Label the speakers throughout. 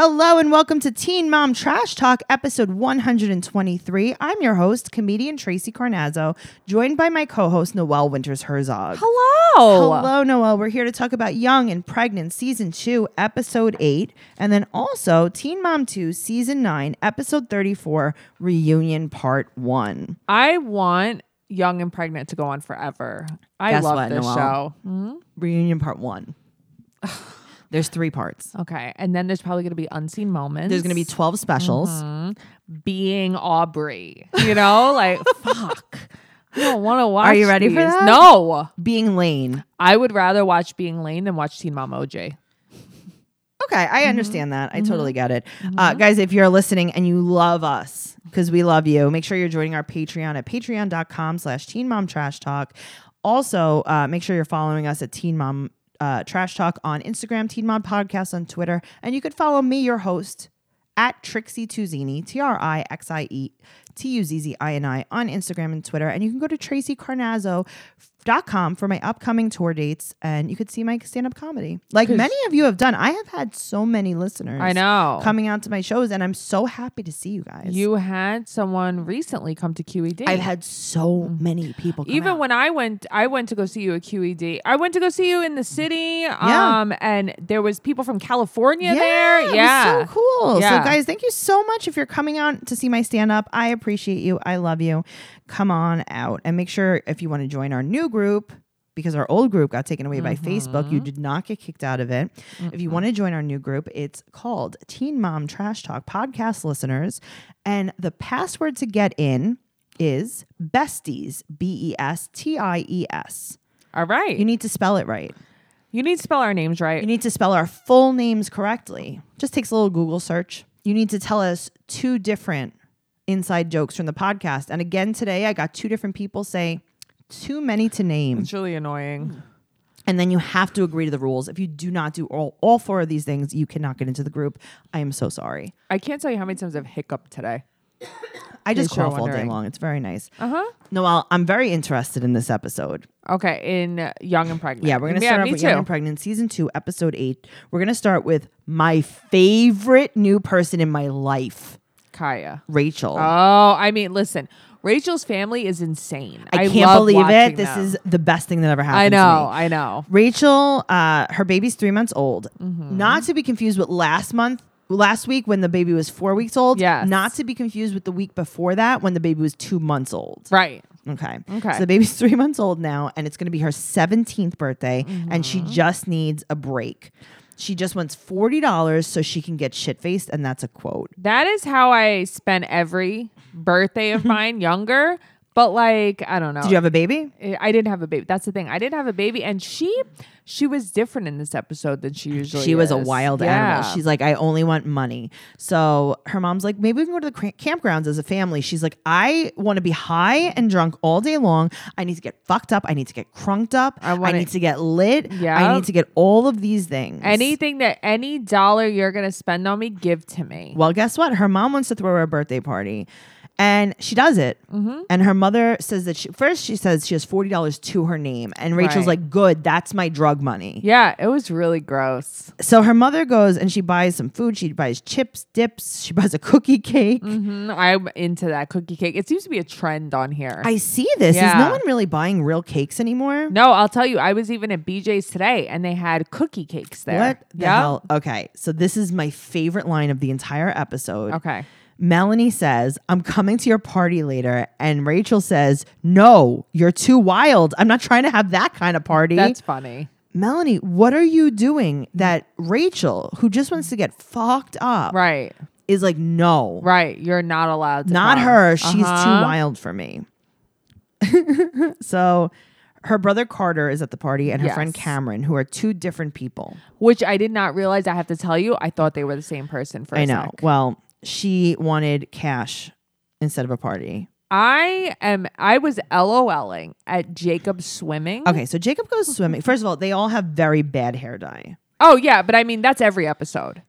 Speaker 1: Hello and welcome to Teen Mom Trash Talk, episode 123. I'm your host, comedian Tracy Carnazzo, joined by my co host, Noelle Winters Herzog.
Speaker 2: Hello.
Speaker 1: Hello, Noelle. We're here to talk about Young and Pregnant, season two, episode eight, and then also Teen Mom 2, season nine, episode 34, reunion part one.
Speaker 2: I want Young and Pregnant to go on forever. I
Speaker 1: Guess
Speaker 2: love
Speaker 1: what,
Speaker 2: this
Speaker 1: Noelle?
Speaker 2: show. Hmm?
Speaker 1: Reunion part one. There's three parts.
Speaker 2: Okay. And then there's probably going to be unseen moments.
Speaker 1: There's going to be 12 specials.
Speaker 2: being Aubrey, you know? like, fuck. I don't want to watch.
Speaker 1: Are you ready for
Speaker 2: these.
Speaker 1: that?
Speaker 2: No.
Speaker 1: Being Lane.
Speaker 2: I would rather watch Being Lane than watch Teen Mom OJ.
Speaker 1: Okay, I understand that. I totally get it. Uh, guys, if you're listening and you love us, because we love you, make sure you're joining our Patreon at patreon.com slash teen mom trash talk. Also, uh, make sure you're following us at teen mom uh, trash talk on Instagram, teen mom podcast on Twitter. And you could follow me, your host, at Trixie Tuzini, T R I X I E T U Z Z I N I on Instagram and Twitter. And you can go to tracycarnazzo.com for my upcoming tour dates and you could see my stand up comedy. Like many of you have done. I have had so many listeners
Speaker 2: I know.
Speaker 1: coming out to my shows and I'm so happy to see you guys.
Speaker 2: You had someone recently come to QED.
Speaker 1: I've had so many people come
Speaker 2: even
Speaker 1: out.
Speaker 2: when I went, I went to go see you at QED. I went to go see you in the city.
Speaker 1: Yeah.
Speaker 2: Um, and there was people from California
Speaker 1: it
Speaker 2: there.
Speaker 1: was
Speaker 2: Yeah.
Speaker 1: so cool.
Speaker 2: Yeah.
Speaker 1: So, guys, thank you so much if you're coming out to see my stand up. I appreciate you. I love you. Come on out and make sure if you want to join our new group. Because our old group got taken away by
Speaker 2: Mm-hmm.
Speaker 1: Facebook. You did not get kicked out of it. If you want to join our new group, it's called Teen Mom Trash Talk Podcast Listeners. And the password to get in is besties, B E S T I E S.
Speaker 2: All right.
Speaker 1: You need to spell it right.
Speaker 2: You need to spell our names
Speaker 1: You
Speaker 2: right.
Speaker 1: need to spell our full names correctly. Just takes a little Google search. You need to tell us two different inside jokes from the podcast. And again, today I got two different people say too many to name.
Speaker 2: It's really annoying.
Speaker 1: And then you have to agree to the rules. If you do not do all, all four of these things, you cannot get into the group. I am so sorry.
Speaker 2: I can't tell you how many times I've hiccuped today.
Speaker 1: I just
Speaker 2: case you're
Speaker 1: cough all day
Speaker 2: wondering.
Speaker 1: long. It's very nice.
Speaker 2: Uh huh.
Speaker 1: Noelle, I'm very interested in this episode.
Speaker 2: Okay. In Young and Pregnant.
Speaker 1: Yeah, we're gonna start off
Speaker 2: me
Speaker 1: with
Speaker 2: too.
Speaker 1: Young and Pregnant, season two, episode eight. We're gonna start with my favorite new person in my life,
Speaker 2: Kaya.
Speaker 1: Rachel.
Speaker 2: Oh, I mean, listen, Rachel's family is insane.
Speaker 1: I can't
Speaker 2: love
Speaker 1: believe
Speaker 2: watching
Speaker 1: it. This
Speaker 2: them.
Speaker 1: is the best thing that ever happened.
Speaker 2: I know.
Speaker 1: To me.
Speaker 2: I know.
Speaker 1: Rachel, uh, her baby's three months old.
Speaker 2: Mm-hmm.
Speaker 1: Not to be confused with last month, last week when the baby was four weeks old.
Speaker 2: Yes.
Speaker 1: Not to be confused with the week before that when the baby was two months old.
Speaker 2: Right.
Speaker 1: Okay.
Speaker 2: Okay.
Speaker 1: So the baby's three months old now, and it's going to be her 17th birthday, and she
Speaker 2: Mm-hmm.
Speaker 1: just needs a break. She just wants $40 so she can get shit faced, and that's a quote.
Speaker 2: That is how I spent every birthday of mine younger. But like, I don't know.
Speaker 1: Did you have a baby?
Speaker 2: I- I didn't have a baby. That's the thing. I didn't have a baby, and she, she was different in this episode than she usually.
Speaker 1: She was a
Speaker 2: is.
Speaker 1: wild
Speaker 2: Oh, Yeah.
Speaker 1: animal. She's like, I only want money. So her mom's like, maybe we can go to the cra- campgrounds as a family. She's like, I want to be high and drunk all day long. I need to get fucked up. I need to get crunked up. I,
Speaker 2: wanna-
Speaker 1: need to get lit. I
Speaker 2: Yeah.
Speaker 1: need to get all of these things.
Speaker 2: anything that any dollar you're gonna spend on me, give to me.
Speaker 1: Well, guess what? Her mom wants to throw her a birthday party, and she does it.
Speaker 2: Mm-hmm.
Speaker 1: And her mother says that she first she says she has forty dollars to her name, and Rachel's
Speaker 2: Right.
Speaker 1: like, "Good, that's my drug money."
Speaker 2: Yeah, it was really gross.
Speaker 1: So her mother goes and she buys some food. She buys chips, dips. She buys a cookie cake.
Speaker 2: hmm I'm into that cookie cake. It seems to be a trend on here.
Speaker 1: Mm-hmm. I see this. Is no
Speaker 2: Yeah.
Speaker 1: one really buying real cakes anymore?
Speaker 2: no, I'll tell you, I was even at BJ's today and they had cookie cakes there.
Speaker 1: What the
Speaker 2: Yep.
Speaker 1: hell? Okay, so this is my favorite line of the entire episode.
Speaker 2: Okay.
Speaker 1: Melanie says, I'm coming to your party later. And Rachel says, No, you're too wild. I'm not trying to have that kind of party.
Speaker 2: That's funny.
Speaker 1: Melanie, what are you doing that Rachel, who just wants to get fucked up,
Speaker 2: Right.
Speaker 1: is like, No,
Speaker 2: Right. You're not allowed to
Speaker 1: not
Speaker 2: come.
Speaker 1: her. She's too
Speaker 2: Uh-huh.
Speaker 1: wild for me. so her brother Carter is at the party and her friend
Speaker 2: Yes.
Speaker 1: Cameron, who are two different people.
Speaker 2: Which I did not realize. I have to tell you, I thought they were the same person for a
Speaker 1: I know.
Speaker 2: sec.
Speaker 1: Well, she wanted cash instead of a party.
Speaker 2: I am I was LOLing at Jacob swimming.
Speaker 1: Okay, so Jacob goes swimming. First of all, they all have very bad hair dye.
Speaker 2: Oh yeah, but I mean that's every episode.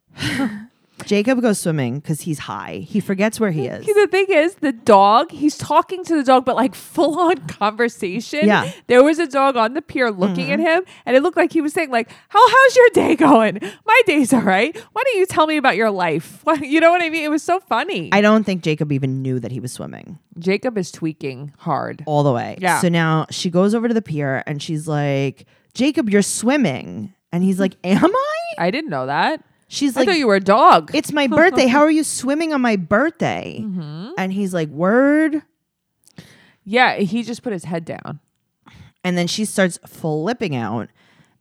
Speaker 1: Jacob goes swimming because he's high. He forgets where he is.
Speaker 2: The thing is, the dog, he's talking to the dog, but like full on conversation.
Speaker 1: Yeah. Mm-hmm.
Speaker 2: There was a dog on the pier looking at him, and it looked like he was saying, like, How how's your day going? My day's all right. Why don't you tell me about your life? Why, you know what I mean? It was so funny.
Speaker 1: I don't think Jacob even knew that he was swimming
Speaker 2: Jacob is tweaking hard.
Speaker 1: all the way.
Speaker 2: Yeah.
Speaker 1: So now she goes over to the pier and she's like, Jacob, you're swimming. And he's like, Am I?
Speaker 2: I didn't know that.
Speaker 1: She's
Speaker 2: I
Speaker 1: like,
Speaker 2: thought you were a dog.
Speaker 1: It's my birthday. How are you swimming on my birthday?
Speaker 2: Mm-hmm.
Speaker 1: And he's like, Word.
Speaker 2: yeah, he just put his head down.
Speaker 1: And then she starts flipping out.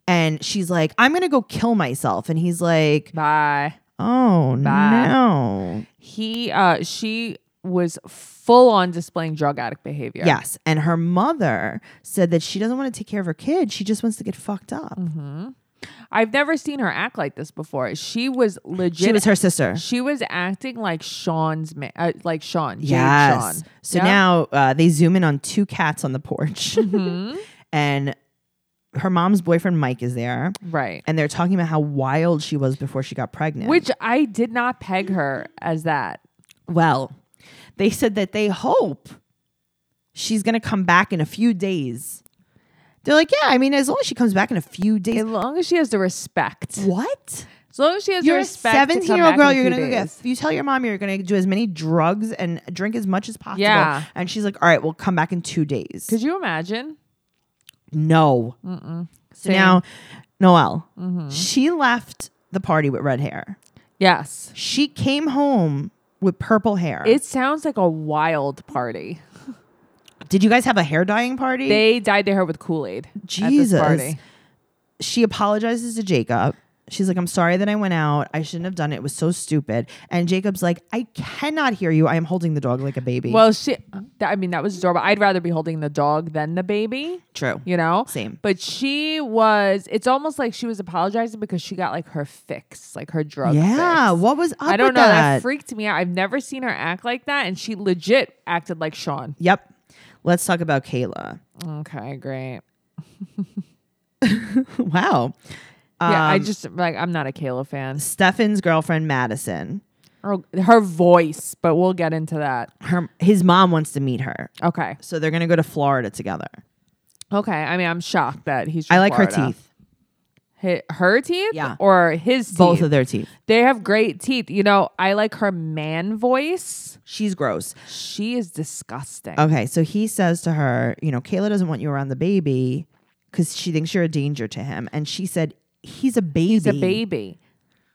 Speaker 1: And she's like, I'm going to go kill myself. And he's like,
Speaker 2: Bye.
Speaker 1: Oh,
Speaker 2: Bye.
Speaker 1: no.
Speaker 2: He uh she was full on displaying drug addict behavior.
Speaker 1: Yes. And her mother said that she doesn't want to take care of her kid. She just wants to get fucked up.
Speaker 2: Mm-hmm. I've never seen her act like this before. She was legit.
Speaker 1: She was her sister.
Speaker 2: She was acting like Sean's man, uh, like Sean. Jade
Speaker 1: Yes.
Speaker 2: Sean.
Speaker 1: So
Speaker 2: Yeah.
Speaker 1: now uh, they zoom in on two cats on the porch,
Speaker 2: Mm-hmm.
Speaker 1: and her mom's boyfriend Mike is there,
Speaker 2: right?
Speaker 1: and they're talking about how wild she was before she got pregnant.
Speaker 2: Which I did not peg her as that.
Speaker 1: well, they said that they hope she's going to come back in a few days. They're like, yeah, I mean, as long as she comes back in a few days.
Speaker 2: As long as she has the respect.
Speaker 1: what?
Speaker 2: As long as she has
Speaker 1: You're
Speaker 2: the
Speaker 1: a
Speaker 2: respect. to come
Speaker 1: 17 year old
Speaker 2: back in
Speaker 1: girl.
Speaker 2: a
Speaker 1: You're
Speaker 2: few
Speaker 1: gonna go
Speaker 2: days.
Speaker 1: get. You tell your mom you're gonna do as many drugs and drink as much as possible.
Speaker 2: Yeah.
Speaker 1: And she's like, all right, we'll come back in two days.
Speaker 2: Could you imagine?
Speaker 1: No. So
Speaker 2: Same. Mm-hmm.
Speaker 1: now, Noelle, she left the party with red hair.
Speaker 2: Yes.
Speaker 1: She came home with purple hair.
Speaker 2: It sounds like a wild party.
Speaker 1: Did you guys have a hair dyeing party?
Speaker 2: They dyed their hair with Kool Aid.
Speaker 1: Jesus.
Speaker 2: At this party.
Speaker 1: she apologizes to Jacob. She's like, I'm sorry that I went out. I shouldn't have done it. It was so stupid. And Jacob's like, I cannot hear you. I am holding the dog like a baby.
Speaker 2: Well, she. th- I mean, that was adorable. I'd rather be holding the dog than the baby.
Speaker 1: true.
Speaker 2: you know
Speaker 1: Same.
Speaker 2: but she was it's almost like she was apologizing because she got like her fix like her drug
Speaker 1: Yeah.
Speaker 2: fix.
Speaker 1: What was up
Speaker 2: i don't
Speaker 1: with
Speaker 2: know that.
Speaker 1: that?
Speaker 2: freaked me out i've never seen her act like that and she legit acted like sean
Speaker 1: yep. Let's talk about Kayla.
Speaker 2: okay great
Speaker 1: wow.
Speaker 2: yeah i
Speaker 1: Um,
Speaker 2: just like i'm not a kayla fan
Speaker 1: Stefan's girlfriend, Madison.
Speaker 2: her, her voice but we'll get into that
Speaker 1: her his mom wants to meet her.
Speaker 2: okay
Speaker 1: So they're gonna go to Florida together.
Speaker 2: okay i mean i'm shocked that he's from
Speaker 1: I like her
Speaker 2: Florida.
Speaker 1: teeth.
Speaker 2: Hi- her teeth
Speaker 1: Yeah.
Speaker 2: or his teeth?
Speaker 1: Both of their teeth.
Speaker 2: they have great teeth you know i like her man voice
Speaker 1: She's gross.
Speaker 2: she is disgusting
Speaker 1: Okay, so he says to her, you know, Kayla doesn't want you around the baby because she thinks you're a danger to him. And she said, He's a baby.
Speaker 2: He's a baby.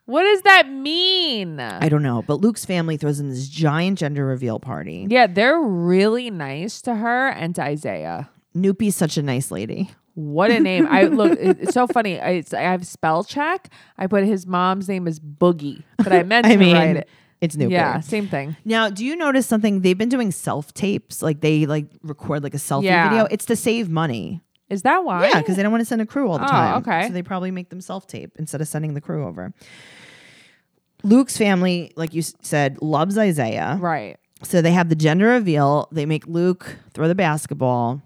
Speaker 2: What does that mean?
Speaker 1: I don't know. But Luke's family throws in this giant gender reveal party.
Speaker 2: yeah, they're really nice to her and to Isaiah.
Speaker 1: Noopy's such a nice lady.
Speaker 2: What a name! I look. it- It's so funny. I, it's, I have spell check. I put his mom's name is Boogie, but I meant
Speaker 1: I
Speaker 2: to
Speaker 1: mean
Speaker 2: write it.
Speaker 1: it's Noopy.
Speaker 2: Yeah, same thing.
Speaker 1: Now, do you notice something? They've been doing self tapes. Like they like record like a selfie
Speaker 2: Yeah.
Speaker 1: video. It's to save money.
Speaker 2: Is that why?
Speaker 1: Yeah, because they don't want to send a crew all the
Speaker 2: Oh,
Speaker 1: time.
Speaker 2: okay.
Speaker 1: So they probably make them self tape instead of sending the crew over. Luke's family, like you s- said, loves Isaiah.
Speaker 2: right.
Speaker 1: So they have the gender reveal. They make Luke throw the basketball.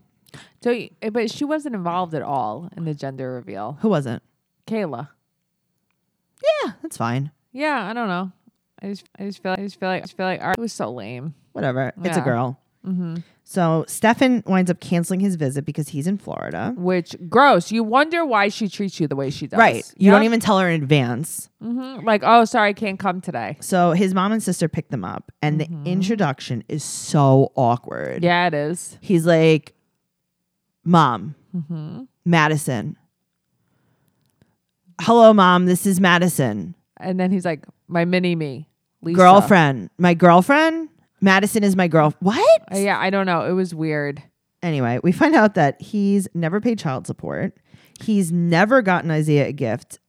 Speaker 2: So, y- but she wasn't involved at all in the gender reveal.
Speaker 1: Who wasn't?
Speaker 2: Kayla.
Speaker 1: Yeah, that's fine.
Speaker 2: Yeah, I don't know. I just, I just feel, I just feel like, I just feel like all right, it was so lame.
Speaker 1: Whatever. It's a
Speaker 2: Yeah. Mm-hmm.
Speaker 1: girl. So Stefan winds up canceling his visit because he's in Florida.
Speaker 2: Which gross. You wonder why she treats you the way she does.
Speaker 1: Right. You don't
Speaker 2: Yep.
Speaker 1: even tell her in advance.
Speaker 2: Mhm. Like, oh, sorry, can't come today.
Speaker 1: So his mom and sister pick them up, and the introduction is so awkward.
Speaker 2: Mm-hmm. Yeah, it is.
Speaker 1: He's like, Mom,
Speaker 2: Mm-hmm.
Speaker 1: Madison. Hello, Mom. This is Madison.
Speaker 2: And then he's like, my mini me, Lisa.
Speaker 1: Girlfriend. My girlfriend? Madison is my girl. What?
Speaker 2: Uh, yeah, I don't know. It was weird.
Speaker 1: Anyway, we find out that he's never paid child support. He's never gotten Isaiah a gift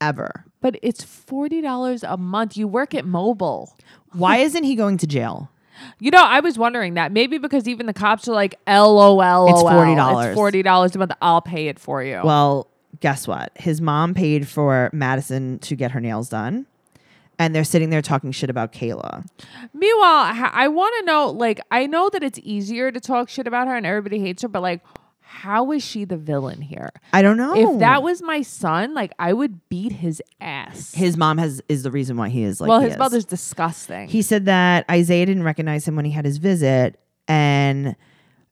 Speaker 1: ever.
Speaker 2: But it's forty dollars a month. You work at mobile.
Speaker 1: Why isn't he going to jail?
Speaker 2: You know, I was wondering that maybe because even the cops are like, LOL,
Speaker 1: It's $40.
Speaker 2: It's forty dollars a month. I'll pay it for you.
Speaker 1: Well, guess what? His mom paid for Madison to get her nails done. And they're sitting there talking shit about Kayla.
Speaker 2: Meanwhile, h- I want to know. Like, I know that it's easier to talk shit about her and everybody hates her, but like, how is she the villain here?
Speaker 1: I don't know.
Speaker 2: If that was my son, like I would beat his ass.
Speaker 1: his mom has is the reason why he is like
Speaker 2: well,
Speaker 1: he
Speaker 2: his
Speaker 1: is.
Speaker 2: mother's disgusting.
Speaker 1: He said that Isaiah didn't recognize him when he had his visit and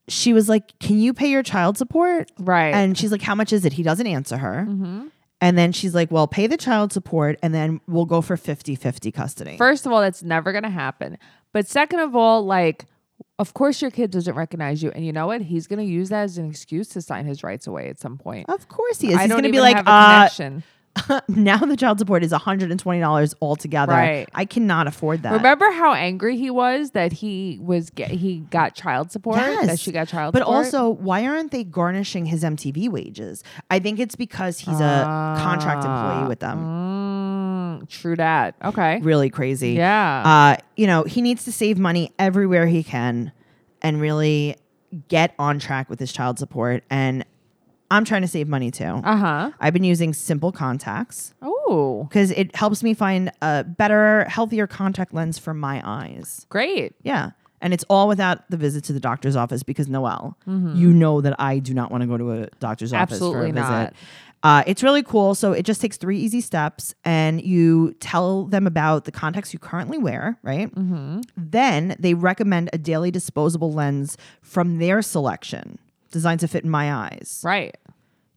Speaker 1: she was like, "Can you pay your child support?"
Speaker 2: right.
Speaker 1: And she's like, "How much is it?" He doesn't answer her.
Speaker 2: Mhm.
Speaker 1: And then she's like, "Well, pay the child support and then we'll go for 50/50 custody."
Speaker 2: First of all, that's never going to happen. But second of all, like, of course your kid doesn't recognize you. And you know what? He's going to use that as an excuse to sign his rights away at some point.
Speaker 1: of course he Oh, is.
Speaker 2: I
Speaker 1: He's
Speaker 2: don't
Speaker 1: going to be
Speaker 2: even
Speaker 1: like,
Speaker 2: have a
Speaker 1: "Uh,
Speaker 2: connection.
Speaker 1: now the child support is $120 altogether.
Speaker 2: Right.
Speaker 1: I cannot afford that."
Speaker 2: Remember how angry he was that he was get, he got child support, that
Speaker 1: Yes.
Speaker 2: she got child
Speaker 1: But
Speaker 2: support.
Speaker 1: also, why aren't they garnishing his MTV wages? I think it's because he's a contract employee
Speaker 2: Ah.
Speaker 1: with them.
Speaker 2: Mm, true that. Okay.
Speaker 1: Really crazy.
Speaker 2: Yeah.
Speaker 1: Uh, you know, he needs to save money everywhere he can and really get on track with his child support. And I'm trying to save money too.
Speaker 2: Uh huh.
Speaker 1: I've been using simple contacts
Speaker 2: Oh,
Speaker 1: because it helps me find a better, healthier contact lens for my eyes.
Speaker 2: great.
Speaker 1: Yeah. And it's all without the visit to the doctor's office because Noelle, you know that I do not want to go to a doctor's
Speaker 2: Mm-hmm. Absolutely
Speaker 1: office for a
Speaker 2: not.
Speaker 1: visit. Uh, it's really cool. So it just takes three easy steps, and you tell them about the contacts you currently wear, right?
Speaker 2: Mm-hmm.
Speaker 1: Then they recommend a daily disposable lens from their selection, designed to fit in my eyes.
Speaker 2: Right.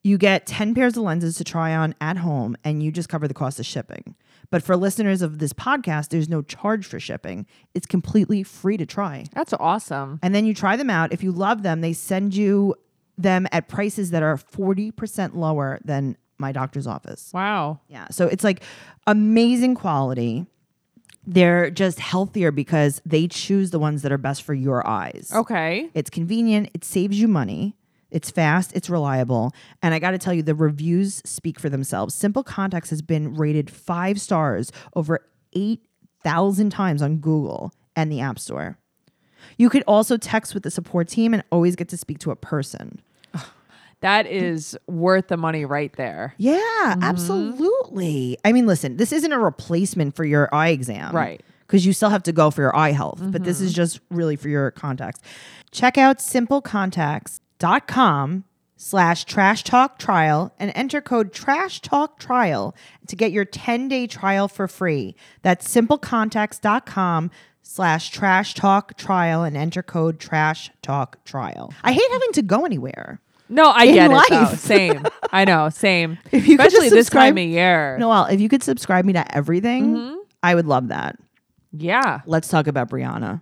Speaker 1: You get 10 pairs of lenses to try on at home, and you just cover the cost of shipping. But for listeners of this podcast, there's no charge for shipping. It's completely free to try.
Speaker 2: That's awesome.
Speaker 1: And then you try them out. If you love them, they send you them at prices that are 40% lower than my doctor's office.
Speaker 2: Wow.
Speaker 1: Yeah. So it's like amazing quality. They're just healthier because they choose the ones that are best for your eyes.
Speaker 2: Okay.
Speaker 1: It's convenient, it saves you money. It's fast, it's reliable, and I got to tell you the reviews speak for themselves. Simple Contacts has been rated 5 stars over 8,000 times on Google and the App Store. You could also text with the support team and always get to speak to a person.
Speaker 2: That
Speaker 1: Mm.
Speaker 2: is worth the money right there.
Speaker 1: Yeah, absolutely. I mean, listen, this isn't a replacement for your eye exam.
Speaker 2: Right.
Speaker 1: Because you still have to go for your eye health, but this is just really for your contacts. Check out simplecontacts.com slash trash talk trial and enter code trash talk trial to get your 10 day trial for free. That's simplecontacts.com slash trash talk trial and enter code trash talk trial. I hate having to go anywhere.
Speaker 2: No, I
Speaker 1: in
Speaker 2: get it. Though.
Speaker 1: life.
Speaker 2: Same. I know. Same.
Speaker 1: If you could
Speaker 2: Especially
Speaker 1: just
Speaker 2: this time
Speaker 1: subscribe-
Speaker 2: of year.
Speaker 1: Noel, if you could subscribe me to everything,
Speaker 2: Mm-hmm.
Speaker 1: I would love that.
Speaker 2: Yeah.
Speaker 1: Let's talk about Brianna.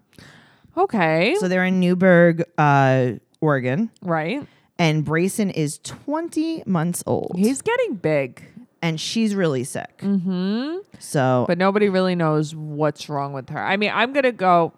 Speaker 2: Okay.
Speaker 1: So they're in Newburgh, uh, Oregon,
Speaker 2: right.
Speaker 1: and Brayson is 20 months old,
Speaker 2: He's getting big,
Speaker 1: and she's really sick. Mm-hmm. So
Speaker 2: but nobody really knows what's wrong with her. I mean, I'm gonna go.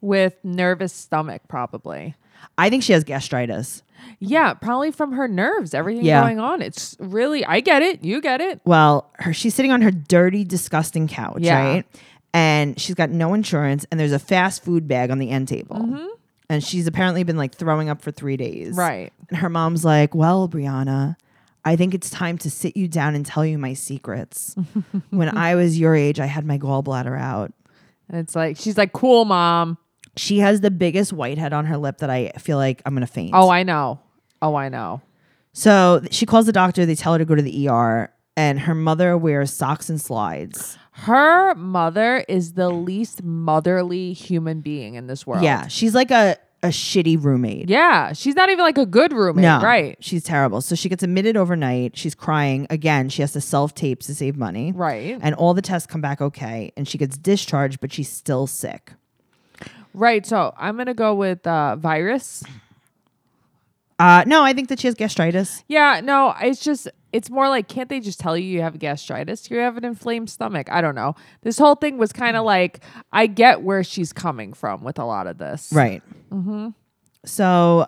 Speaker 2: With nervous stomach, probably.
Speaker 1: I think she has gastritis.
Speaker 2: Yeah, probably from her nerves, everything
Speaker 1: Yeah.
Speaker 2: going on. It's really, I get it. You get it.
Speaker 1: Well, her she's sitting on her dirty, disgusting couch,
Speaker 2: Yeah.
Speaker 1: right? And she's got no insurance, and there's a fast food bag on the end table. And she's apparently been like throwing up for three days.
Speaker 2: Mm-hmm. Right.
Speaker 1: And her mom's like, Well, Brianna, I think it's time to sit you down and tell you my secrets. when I was your age, I had my gallbladder out.
Speaker 2: And it's like, she's like, cool, mom.
Speaker 1: She has the biggest whitehead on her lip that I feel like I'm going to faint.
Speaker 2: Oh, I know. Oh, I know.
Speaker 1: So th- she calls the doctor. They tell her to go to the ER, and her mother wears socks and slides.
Speaker 2: Her mother is the least motherly human being in this world.
Speaker 1: Yeah. She's like a, a shitty roommate.
Speaker 2: Yeah. She's not even like a good roommate.
Speaker 1: No,
Speaker 2: Right.
Speaker 1: She's terrible. So she gets admitted overnight. She's crying again. She has to self tape to save money.
Speaker 2: Right.
Speaker 1: And all the tests come back okay, and she gets discharged, but she's still sick.
Speaker 2: Right. So I'm going to go with uh, virus.
Speaker 1: Uh, no, I think that she has gastritis.
Speaker 2: Yeah. No, it's just, it's more like, can't they just tell you you have gastritis? You have an inflamed stomach. I don't know. This whole thing was kind of like, I get where she's coming from with a lot of this.
Speaker 1: Right.
Speaker 2: Mm-hmm.
Speaker 1: So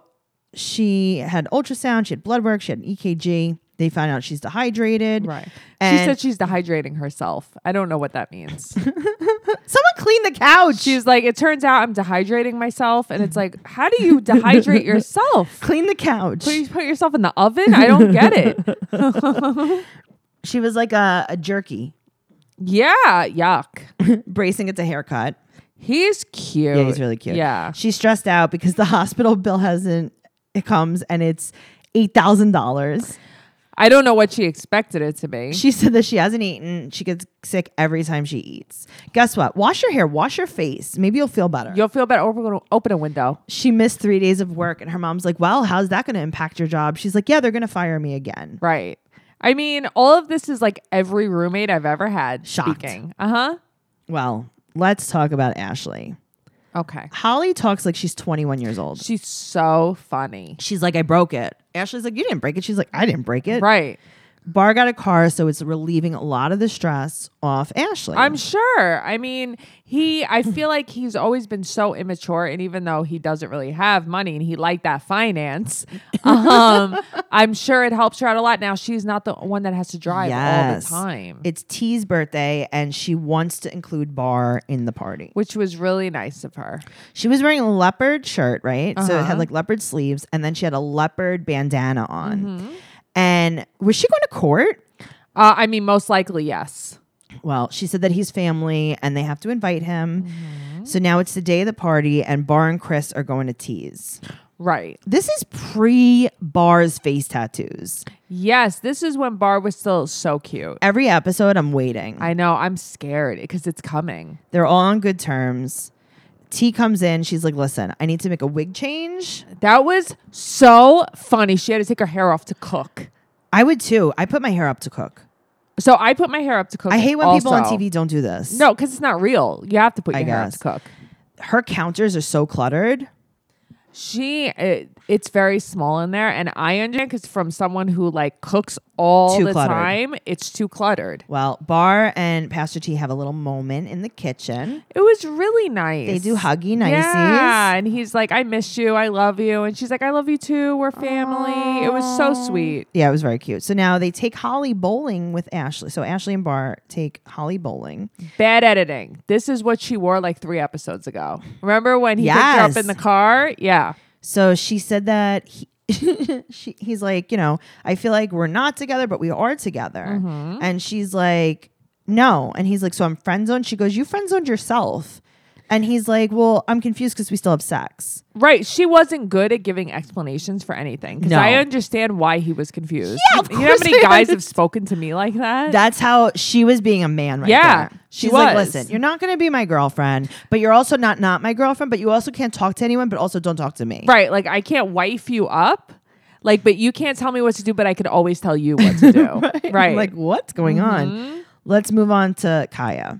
Speaker 1: she had ultrasound, she had blood work, she had an EKG. They found out she's dehydrated.
Speaker 2: Right. she
Speaker 1: And
Speaker 2: said she's dehydrating herself. I don't know what that means.
Speaker 1: someone clean the couch.
Speaker 2: She's like, it turns out I'm dehydrating myself. And it's like, how do you dehydrate yourself?
Speaker 1: clean the couch.
Speaker 2: Please put yourself in the oven? I don't get it.
Speaker 1: She was like a, a jerky.
Speaker 2: Yeah, yuck.
Speaker 1: Bracing gets a haircut.
Speaker 2: He's cute.
Speaker 1: Yeah, he's really cute.
Speaker 2: Oh, Yeah.
Speaker 1: She's stressed out because the hospital bill hasn't it comes and it's eight thousand dollars.
Speaker 2: I don't know what she expected it to be.
Speaker 1: She said that she hasn't eaten. She gets sick every time she eats. Guess what? Wash your hair, wash your face. Maybe you'll feel better.
Speaker 2: You'll feel better. Or we're going to open a window.
Speaker 1: she missed three days of work and her mom's like, Well, how's that gonna impact your job? She's like, Yeah, they're gonna fire me again.
Speaker 2: Right. I mean, all of this is like every roommate I've ever had
Speaker 1: Shocked.
Speaker 2: speaking. Uh huh.
Speaker 1: Well, let's talk about Ashley.
Speaker 2: Okay.
Speaker 1: Holly talks like she's 21 years old.
Speaker 2: She's so funny.
Speaker 1: She's like, I broke it. Ashley's like, You didn't break it. She's like, I didn't break it.
Speaker 2: Right.
Speaker 1: Bar got a car, so it's relieving a lot of the stress off Ashley.
Speaker 2: I'm sure. I mean, he, I feel like he's always been so immature. And even though he doesn't really have money and he liked that finance, um, I'm sure it helps her out a lot. Now, she's not the one that has to drive
Speaker 1: Yes.
Speaker 2: all the time,
Speaker 1: It's T's birthday, and she wants to include Bar in the party.
Speaker 2: which was really nice of her.
Speaker 1: She was wearing a leopard shirt, right? So it had
Speaker 2: Uh-huh.
Speaker 1: like leopard sleeves, and then she had a leopard bandana on.
Speaker 2: Mm-hmm.
Speaker 1: And was she going to court?
Speaker 2: Uh, I mean, most likely, yes.
Speaker 1: Well, she said that he's family and they have to invite him.
Speaker 2: Mm-hmm.
Speaker 1: So now it's the day of the party, and Bar and Chris are going to tease.
Speaker 2: Right.
Speaker 1: This is pre Bar's face tattoos.
Speaker 2: Yes. This is when Bar was still so cute.
Speaker 1: Every episode, I'm waiting.
Speaker 2: I know. I'm scared because it's coming.
Speaker 1: They're all on good terms. T comes in. She's like, listen, I need to make a wig change.
Speaker 2: That was so funny. She had to take her hair off to cook.
Speaker 1: I would too. I put my hair up to cook.
Speaker 2: So I put my hair up to cook.
Speaker 1: I hate when people on
Speaker 2: also.
Speaker 1: TV don't do this.
Speaker 2: No, because it's not real. You have to put
Speaker 1: I
Speaker 2: your hair up
Speaker 1: guess.
Speaker 2: to cook.
Speaker 1: Her counters are so cluttered.
Speaker 2: She, it, it's very small in there, and I understand because from someone who like cooks all
Speaker 1: Too
Speaker 2: the
Speaker 1: cluttered.
Speaker 2: time, it's too cluttered.
Speaker 1: Well, Bar and Pastor T have a little moment in the kitchen.
Speaker 2: It was really nice.
Speaker 1: They do huggy nices.
Speaker 2: Yeah, and he's like, "I miss you. I love you," and she's like, "I love you too. We're family." It was so sweet.
Speaker 1: Yeah, it was very cute. So now they take Holly bowling with Ashley. So Ashley and Bar take Holly bowling.
Speaker 2: Bad editing. This is what she wore like three episodes ago. Remember when he picked her
Speaker 1: Yes.
Speaker 2: up in the car? Yeah.
Speaker 1: So she said that he, she, he's like, you know, I feel like we're not together, but we are together. And she's like, no. And he's like, so I'm friend zoned. She goes, you friend zoned yourself. And he's like, well, I'm confused because we still have sex.
Speaker 2: Right. She wasn't good at giving explanations for anything. Because
Speaker 1: No.
Speaker 2: I understand why he was confused.
Speaker 1: Yeah, of
Speaker 2: you, know how
Speaker 1: course
Speaker 2: many
Speaker 1: I
Speaker 2: guys have spoken to me like that?
Speaker 1: That's how she was being a man right
Speaker 2: Yeah,
Speaker 1: there.
Speaker 2: she
Speaker 1: She's like,
Speaker 2: was.
Speaker 1: listen, you're not going to be my girlfriend, but you're also not not my girlfriend, but you also can't talk to anyone, but also don't talk to me.
Speaker 2: right. Like I can't wife you up. Like, but you can't tell me what to do, but I could always tell you what to do. right. Mm-hmm.
Speaker 1: I'm like, what's going on? Let's move on to Kaya.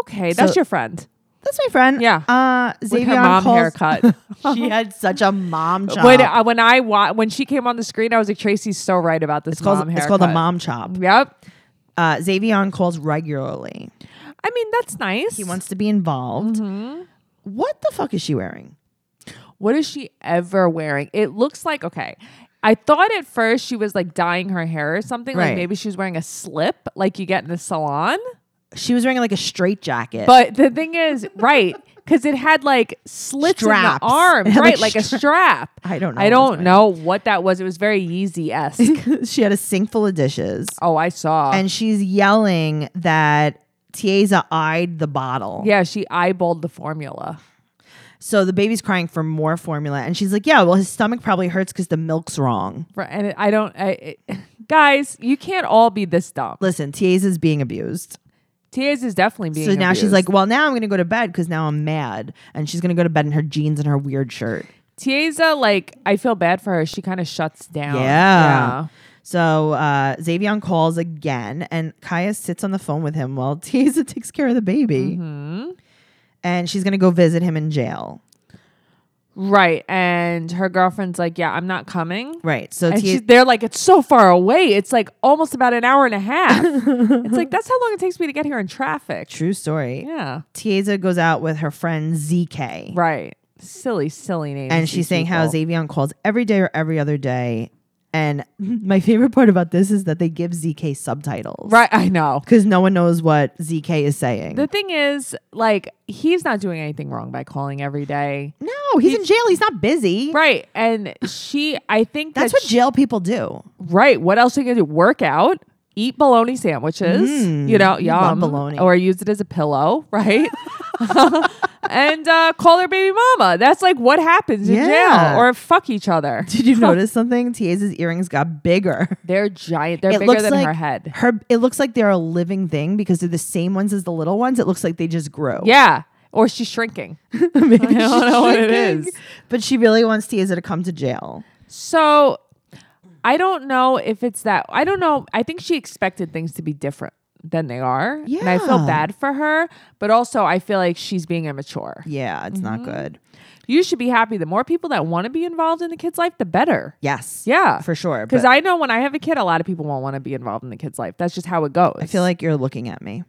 Speaker 2: okay, that's
Speaker 1: So-
Speaker 2: your friend.
Speaker 1: That's my friend.
Speaker 2: Yeah.
Speaker 1: Uh,
Speaker 2: With
Speaker 1: Xavier
Speaker 2: her mom
Speaker 1: calls-
Speaker 2: haircut.
Speaker 1: she had such a mom chop.
Speaker 2: when uh, when I wa- when she came on the screen, I was like, Tracy's so right about this.
Speaker 1: it's, called,
Speaker 2: mom
Speaker 1: it's called a
Speaker 2: haircut.
Speaker 1: mom chop.
Speaker 2: Yep.
Speaker 1: Uh, Xavier calls regularly.
Speaker 2: I mean, that's nice.
Speaker 1: He wants to be involved.
Speaker 2: Mm-hmm.
Speaker 1: What the fuck is she wearing?
Speaker 2: What is she ever wearing? It looks like okay. I thought at first she was like dyeing her hair or something.
Speaker 1: Right.
Speaker 2: Like maybe she was wearing a slip, like you get in the salon.
Speaker 1: She was wearing like a straight jacket.
Speaker 2: But the thing is, right? Because it had like slits
Speaker 1: Straps.
Speaker 2: in the arms,
Speaker 1: It had,
Speaker 2: right?
Speaker 1: like,
Speaker 2: Like a strap.
Speaker 1: I don't know.
Speaker 2: I
Speaker 1: what
Speaker 2: don't
Speaker 1: was
Speaker 2: know what that was. It was very Yeezy esque.
Speaker 1: going on. she had a sink full of dishes.
Speaker 2: oh, I saw.
Speaker 1: and she's yelling that Tiesa eyed the bottle.
Speaker 2: yeah, she eyeballed the formula.
Speaker 1: So the baby's crying for more formula, and she's like, "Yeah, well, his stomach probably hurts because the milk's wrong."
Speaker 2: Right, And I don't, I, it, guys, you can't all be this dumb.
Speaker 1: Listen, Tiesa's being abused.
Speaker 2: Tia's is definitely being.
Speaker 1: so now she's
Speaker 2: abused.
Speaker 1: like, "Well, now I'm gonna go to bed because now I'm mad," and she's gonna go to bed in her jeans and her weird shirt.
Speaker 2: Tiesa, like, I feel bad for her. She kind of shuts down.
Speaker 1: Yeah. So uh, Xavier calls again, and Kaya sits on the phone with him while Tiesa takes care of the baby,
Speaker 2: Mm-hmm.
Speaker 1: and she's gonna go visit him in jail.
Speaker 2: Right. And her girlfriend's like, yeah, I'm not coming.
Speaker 1: Right. So
Speaker 2: And
Speaker 1: Tiesa.
Speaker 2: she's, they're like, it's so far away. It's like almost about an hour and a half. it's like, that's how long it takes me to get here in traffic.
Speaker 1: True story.
Speaker 2: Yeah.
Speaker 1: Tiesa goes out with her friend ZK.
Speaker 2: Right. Silly, silly name.
Speaker 1: And she's saying how Xavion calls every day or every other day. And my favorite part about this is that they give ZK subtitles.
Speaker 2: Right. I know.
Speaker 1: Because no one knows what ZK is saying.
Speaker 2: The thing is, like, he's not doing anything wrong by calling every day.
Speaker 1: no, he's in jail. He's not busy.
Speaker 2: Right. And she, I think
Speaker 1: That's
Speaker 2: that
Speaker 1: what jail people do.
Speaker 2: Right. What else are you gonna do? Work out? eat bologna sandwiches,
Speaker 1: Mm,
Speaker 2: you know,
Speaker 1: you love
Speaker 2: yum,
Speaker 1: bologna.
Speaker 2: or use it as a pillow, right? and uh, call their baby mama. That's like what happens in
Speaker 1: Yeah.
Speaker 2: jail, or fuck each other.
Speaker 1: Did you notice something? Tia's earrings got bigger.
Speaker 2: They're giant. They're
Speaker 1: It
Speaker 2: bigger
Speaker 1: looks
Speaker 2: than
Speaker 1: like
Speaker 2: her head.
Speaker 1: Her it looks like they're a living thing because they're the same ones as the little ones. It looks like they just grow.
Speaker 2: Yeah, or she's shrinking.
Speaker 1: Maybe
Speaker 2: I don't
Speaker 1: she's
Speaker 2: know what it
Speaker 1: shrinking.
Speaker 2: is.
Speaker 1: But she really wants Tia's to come to jail.
Speaker 2: So I don't know if it's that. I don't know. I think she expected things to be different than they are. And I feel
Speaker 1: Yeah.
Speaker 2: bad for her, but also I feel like she's being immature.
Speaker 1: Yeah, it's not
Speaker 2: Mm-hmm.
Speaker 1: good.
Speaker 2: You should be happy. The more people that want to be involved in the kid's life, the better.
Speaker 1: Yes.
Speaker 2: Yeah.
Speaker 1: For sure.
Speaker 2: Because
Speaker 1: but
Speaker 2: I know when I have a kid, a lot of people won't want to be involved in the kid's life. That's just how it goes.
Speaker 1: I feel like you're looking at me.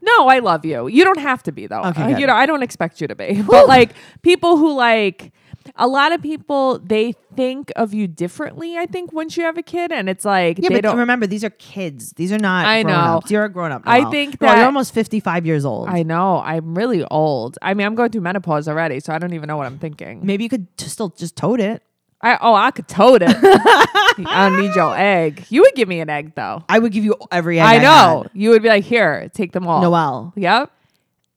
Speaker 2: no, I love you. You don't have to be though.
Speaker 1: Okay,
Speaker 2: Uh,
Speaker 1: good.
Speaker 2: you know, I don't expect you to be. But like people who like a lot of people, they think of you differently. I think once you have a kid, and it's like
Speaker 1: Yeah,
Speaker 2: they
Speaker 1: but
Speaker 2: don't
Speaker 1: remember, these are kids. These are not
Speaker 2: I
Speaker 1: grown
Speaker 2: know.
Speaker 1: ups. You're a grown up.
Speaker 2: I think
Speaker 1: you're
Speaker 2: that-
Speaker 1: almost 55 years old.
Speaker 2: I know. I'm really old. I mean, I'm going through menopause already, so I don't even know what I'm thinking.
Speaker 1: Maybe you could t- still just tote it.
Speaker 2: I oh, I could tote it. I don't need your egg. You would give me an egg though.
Speaker 1: I would give you every egg.
Speaker 2: I
Speaker 1: I
Speaker 2: know. You would be like, here, take them all.
Speaker 1: had. Noelle.
Speaker 2: Yep.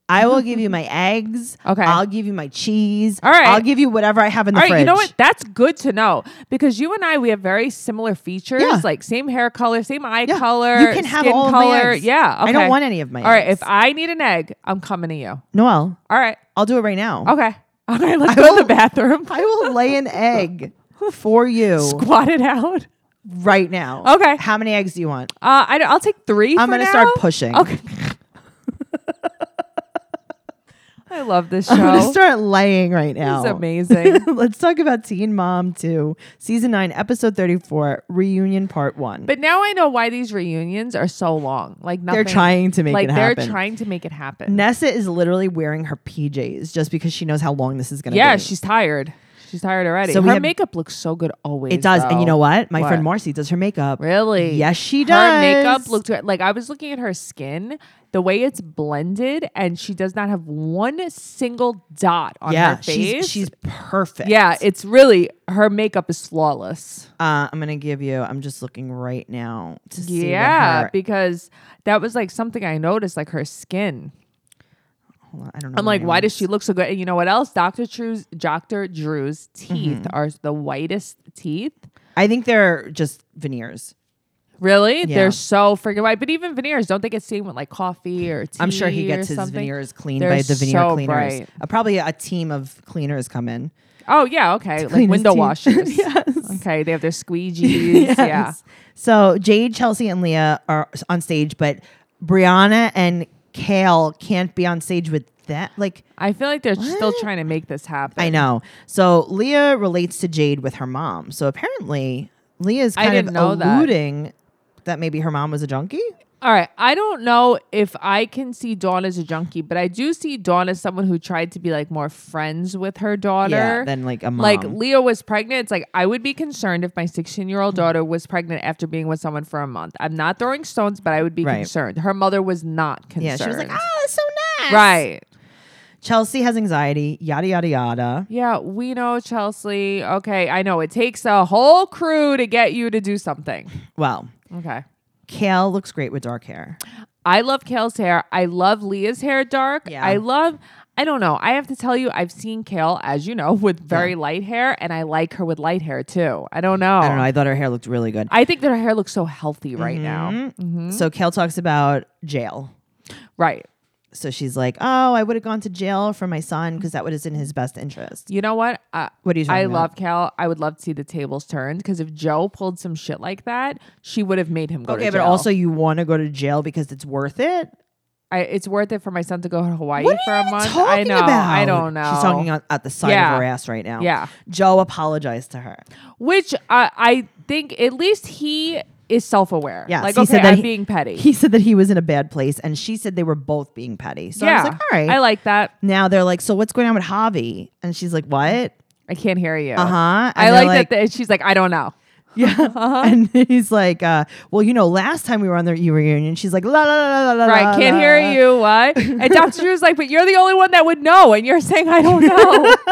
Speaker 1: I will give you my eggs.
Speaker 2: Okay.
Speaker 1: I'll give you my cheese.
Speaker 2: All right.
Speaker 1: I'll give you whatever I have in the
Speaker 2: All right,
Speaker 1: fridge.
Speaker 2: you know what? That's good to know because you and I we have very similar features,
Speaker 1: Yeah.
Speaker 2: like same hair color, same eye
Speaker 1: Yeah.
Speaker 2: color.
Speaker 1: You can have
Speaker 2: skin
Speaker 1: all of my
Speaker 2: color.
Speaker 1: eggs.
Speaker 2: Yeah,
Speaker 1: I don't
Speaker 2: okay.
Speaker 1: want any of my
Speaker 2: All right,
Speaker 1: eggs.
Speaker 2: if I need an egg, I'm coming to you.
Speaker 1: Noelle,
Speaker 2: All right,
Speaker 1: I'll do it right now.
Speaker 2: okay, all right. Let's go to
Speaker 1: will-
Speaker 2: the bathroom.
Speaker 1: Oh. I will lay an egg for you
Speaker 2: Squat it out.
Speaker 1: right now.
Speaker 2: Okay.
Speaker 1: How many eggs do you want?
Speaker 2: Uh, I, will take 3
Speaker 1: I'm
Speaker 2: for
Speaker 1: gonna
Speaker 2: now.
Speaker 1: start pushing.
Speaker 2: Okay. I love this show.
Speaker 1: I'm going to start laying right
Speaker 2: this
Speaker 1: now.
Speaker 2: is amazing.
Speaker 1: Let's talk about Teen Mom 2, Season 9, Episode 34, Reunion Part 1.
Speaker 2: but now I know why these reunions are so long. Like nothing.
Speaker 1: they're trying to make
Speaker 2: like
Speaker 1: it
Speaker 2: they're
Speaker 1: happen.
Speaker 2: trying to make it happen.
Speaker 1: Nessa is literally wearing her PJs just because she knows how long this is going to
Speaker 2: yeah,
Speaker 1: be.
Speaker 2: she's tired. She's tired already.
Speaker 1: So we
Speaker 2: Her
Speaker 1: have-
Speaker 2: makeup looks so good always.
Speaker 1: It does. And you know what? My
Speaker 2: What?
Speaker 1: friend Marcy does her makeup.
Speaker 2: Really?
Speaker 1: Yes, she does.
Speaker 2: Her makeup looked great. Like I was looking at her skin, the way it's blended, and she does not have one single dot on
Speaker 1: yeah,
Speaker 2: her face.
Speaker 1: She's, she's perfect.
Speaker 2: yeah, it's really her makeup is flawless.
Speaker 1: Uh, I'm gonna give you. I'm just looking right now to see. what
Speaker 2: Yeah,
Speaker 1: her-
Speaker 2: because that was like something I noticed, like her skin.
Speaker 1: hold on, I don't know.
Speaker 2: I'm like, why does she look so good? And you know what else? Dr. Drew's Dr. Drew's teeth
Speaker 1: Mm-hmm.
Speaker 2: are the whitest teeth.
Speaker 1: I think they're just veneers.
Speaker 2: Really?
Speaker 1: Yeah.
Speaker 2: They're so freaking white. But even veneers, don't they get seen with like coffee or tea?
Speaker 1: I'm sure he
Speaker 2: or
Speaker 1: gets his
Speaker 2: something?
Speaker 1: veneers cleaned
Speaker 2: They're
Speaker 1: by the veneer
Speaker 2: so
Speaker 1: cleaners.
Speaker 2: bright.
Speaker 1: Uh, probably a team of cleaners come in.
Speaker 2: Oh yeah, okay. Like
Speaker 1: clean his
Speaker 2: window
Speaker 1: teeth.
Speaker 2: washers.
Speaker 1: Yes.
Speaker 2: Okay, they have their squeegees. Yeah.
Speaker 1: Yes. So Jade, Chelsea, and Leah are s- on stage, but Brianna and Kale can't be on stage with that. Like
Speaker 2: I feel like they're still trying to make this happen.
Speaker 1: I know. So Leah relates to Jade with her mom. So apparently Leah's
Speaker 2: I
Speaker 1: kind of
Speaker 2: didn't know that.
Speaker 1: alluding that. maybe her mom was a junkie.
Speaker 2: All right. I don't know if I can see Dawn as a junkie, but I do see Dawn as someone who tried to be like more friends with her daughter.
Speaker 1: Yeah, than like a mom.
Speaker 2: like Leo was pregnant. It's like I would be concerned if my 16 year
Speaker 1: Mm-hmm.
Speaker 2: old daughter was pregnant after being with someone for a month. I'm not throwing stones, but I would be
Speaker 1: Right.
Speaker 2: concerned. Her mother was not concerned.
Speaker 1: yeah, she was like, "Oh, that's so nice."
Speaker 2: right.
Speaker 1: Chelsea has anxiety. Yada yada yada.
Speaker 2: Yeah, we know Chelsea. Okay, I know it takes a whole crew to get you to do something.
Speaker 1: Well,
Speaker 2: Okay.
Speaker 1: Kale looks great with dark hair.
Speaker 2: I love Kale's hair. I love Leah's hair dark.
Speaker 1: Yeah.
Speaker 2: I love I don't know. I have to tell you, I've seen Kale, as you know, with very light hair, and I like her with light hair too. I don't know.
Speaker 1: I don't know. I thought her hair looked really good.
Speaker 2: I think that her hair looks so healthy right now.
Speaker 1: Mhm. So Kale talks about jail.
Speaker 2: Right.
Speaker 1: So she's like, "Oh, I would have gone to jail for my son because that would have been his best interest."
Speaker 2: You know what? Uh,
Speaker 1: What are you
Speaker 2: I
Speaker 1: talking about?
Speaker 2: love Cal. I would love to see the tables turned because if Joe pulled some shit like that, she would have made him go
Speaker 1: Okay,
Speaker 2: to
Speaker 1: but
Speaker 2: jail.
Speaker 1: also you want to go to jail because it's worth it.
Speaker 2: I, it's worth it for my son to go to Hawaii
Speaker 1: What are
Speaker 2: for a
Speaker 1: you
Speaker 2: month.
Speaker 1: talking
Speaker 2: I know.
Speaker 1: about?
Speaker 2: I don't know.
Speaker 1: She's talking on, at the side
Speaker 2: Yeah.
Speaker 1: of her ass right now.
Speaker 2: Yeah.
Speaker 1: Joe apologized to her.
Speaker 2: Which I, I think at least he is self aware.
Speaker 1: Yeah.
Speaker 2: Like,
Speaker 1: he
Speaker 2: okay,
Speaker 1: said that
Speaker 2: I'm
Speaker 1: he-
Speaker 2: being petty.
Speaker 1: He said that he was in a bad place, and she said they were both being petty. So I
Speaker 2: yeah.
Speaker 1: was like, all right.
Speaker 2: I like that.
Speaker 1: now they're like, so what's going on with Javi? And she's like, what?
Speaker 2: I can't hear you.
Speaker 1: Uh huh.
Speaker 2: I like, that. The, she's like, I don't know.
Speaker 1: yeah. And he's like, uh, well, you know, last time we were on the reunion, she's like, la la la la la. la,
Speaker 2: Right. Can't
Speaker 1: la,
Speaker 2: hear
Speaker 1: la."
Speaker 2: you. What? And Dr. Drew's like, but you're the only one that would know. And you're saying, I don't know.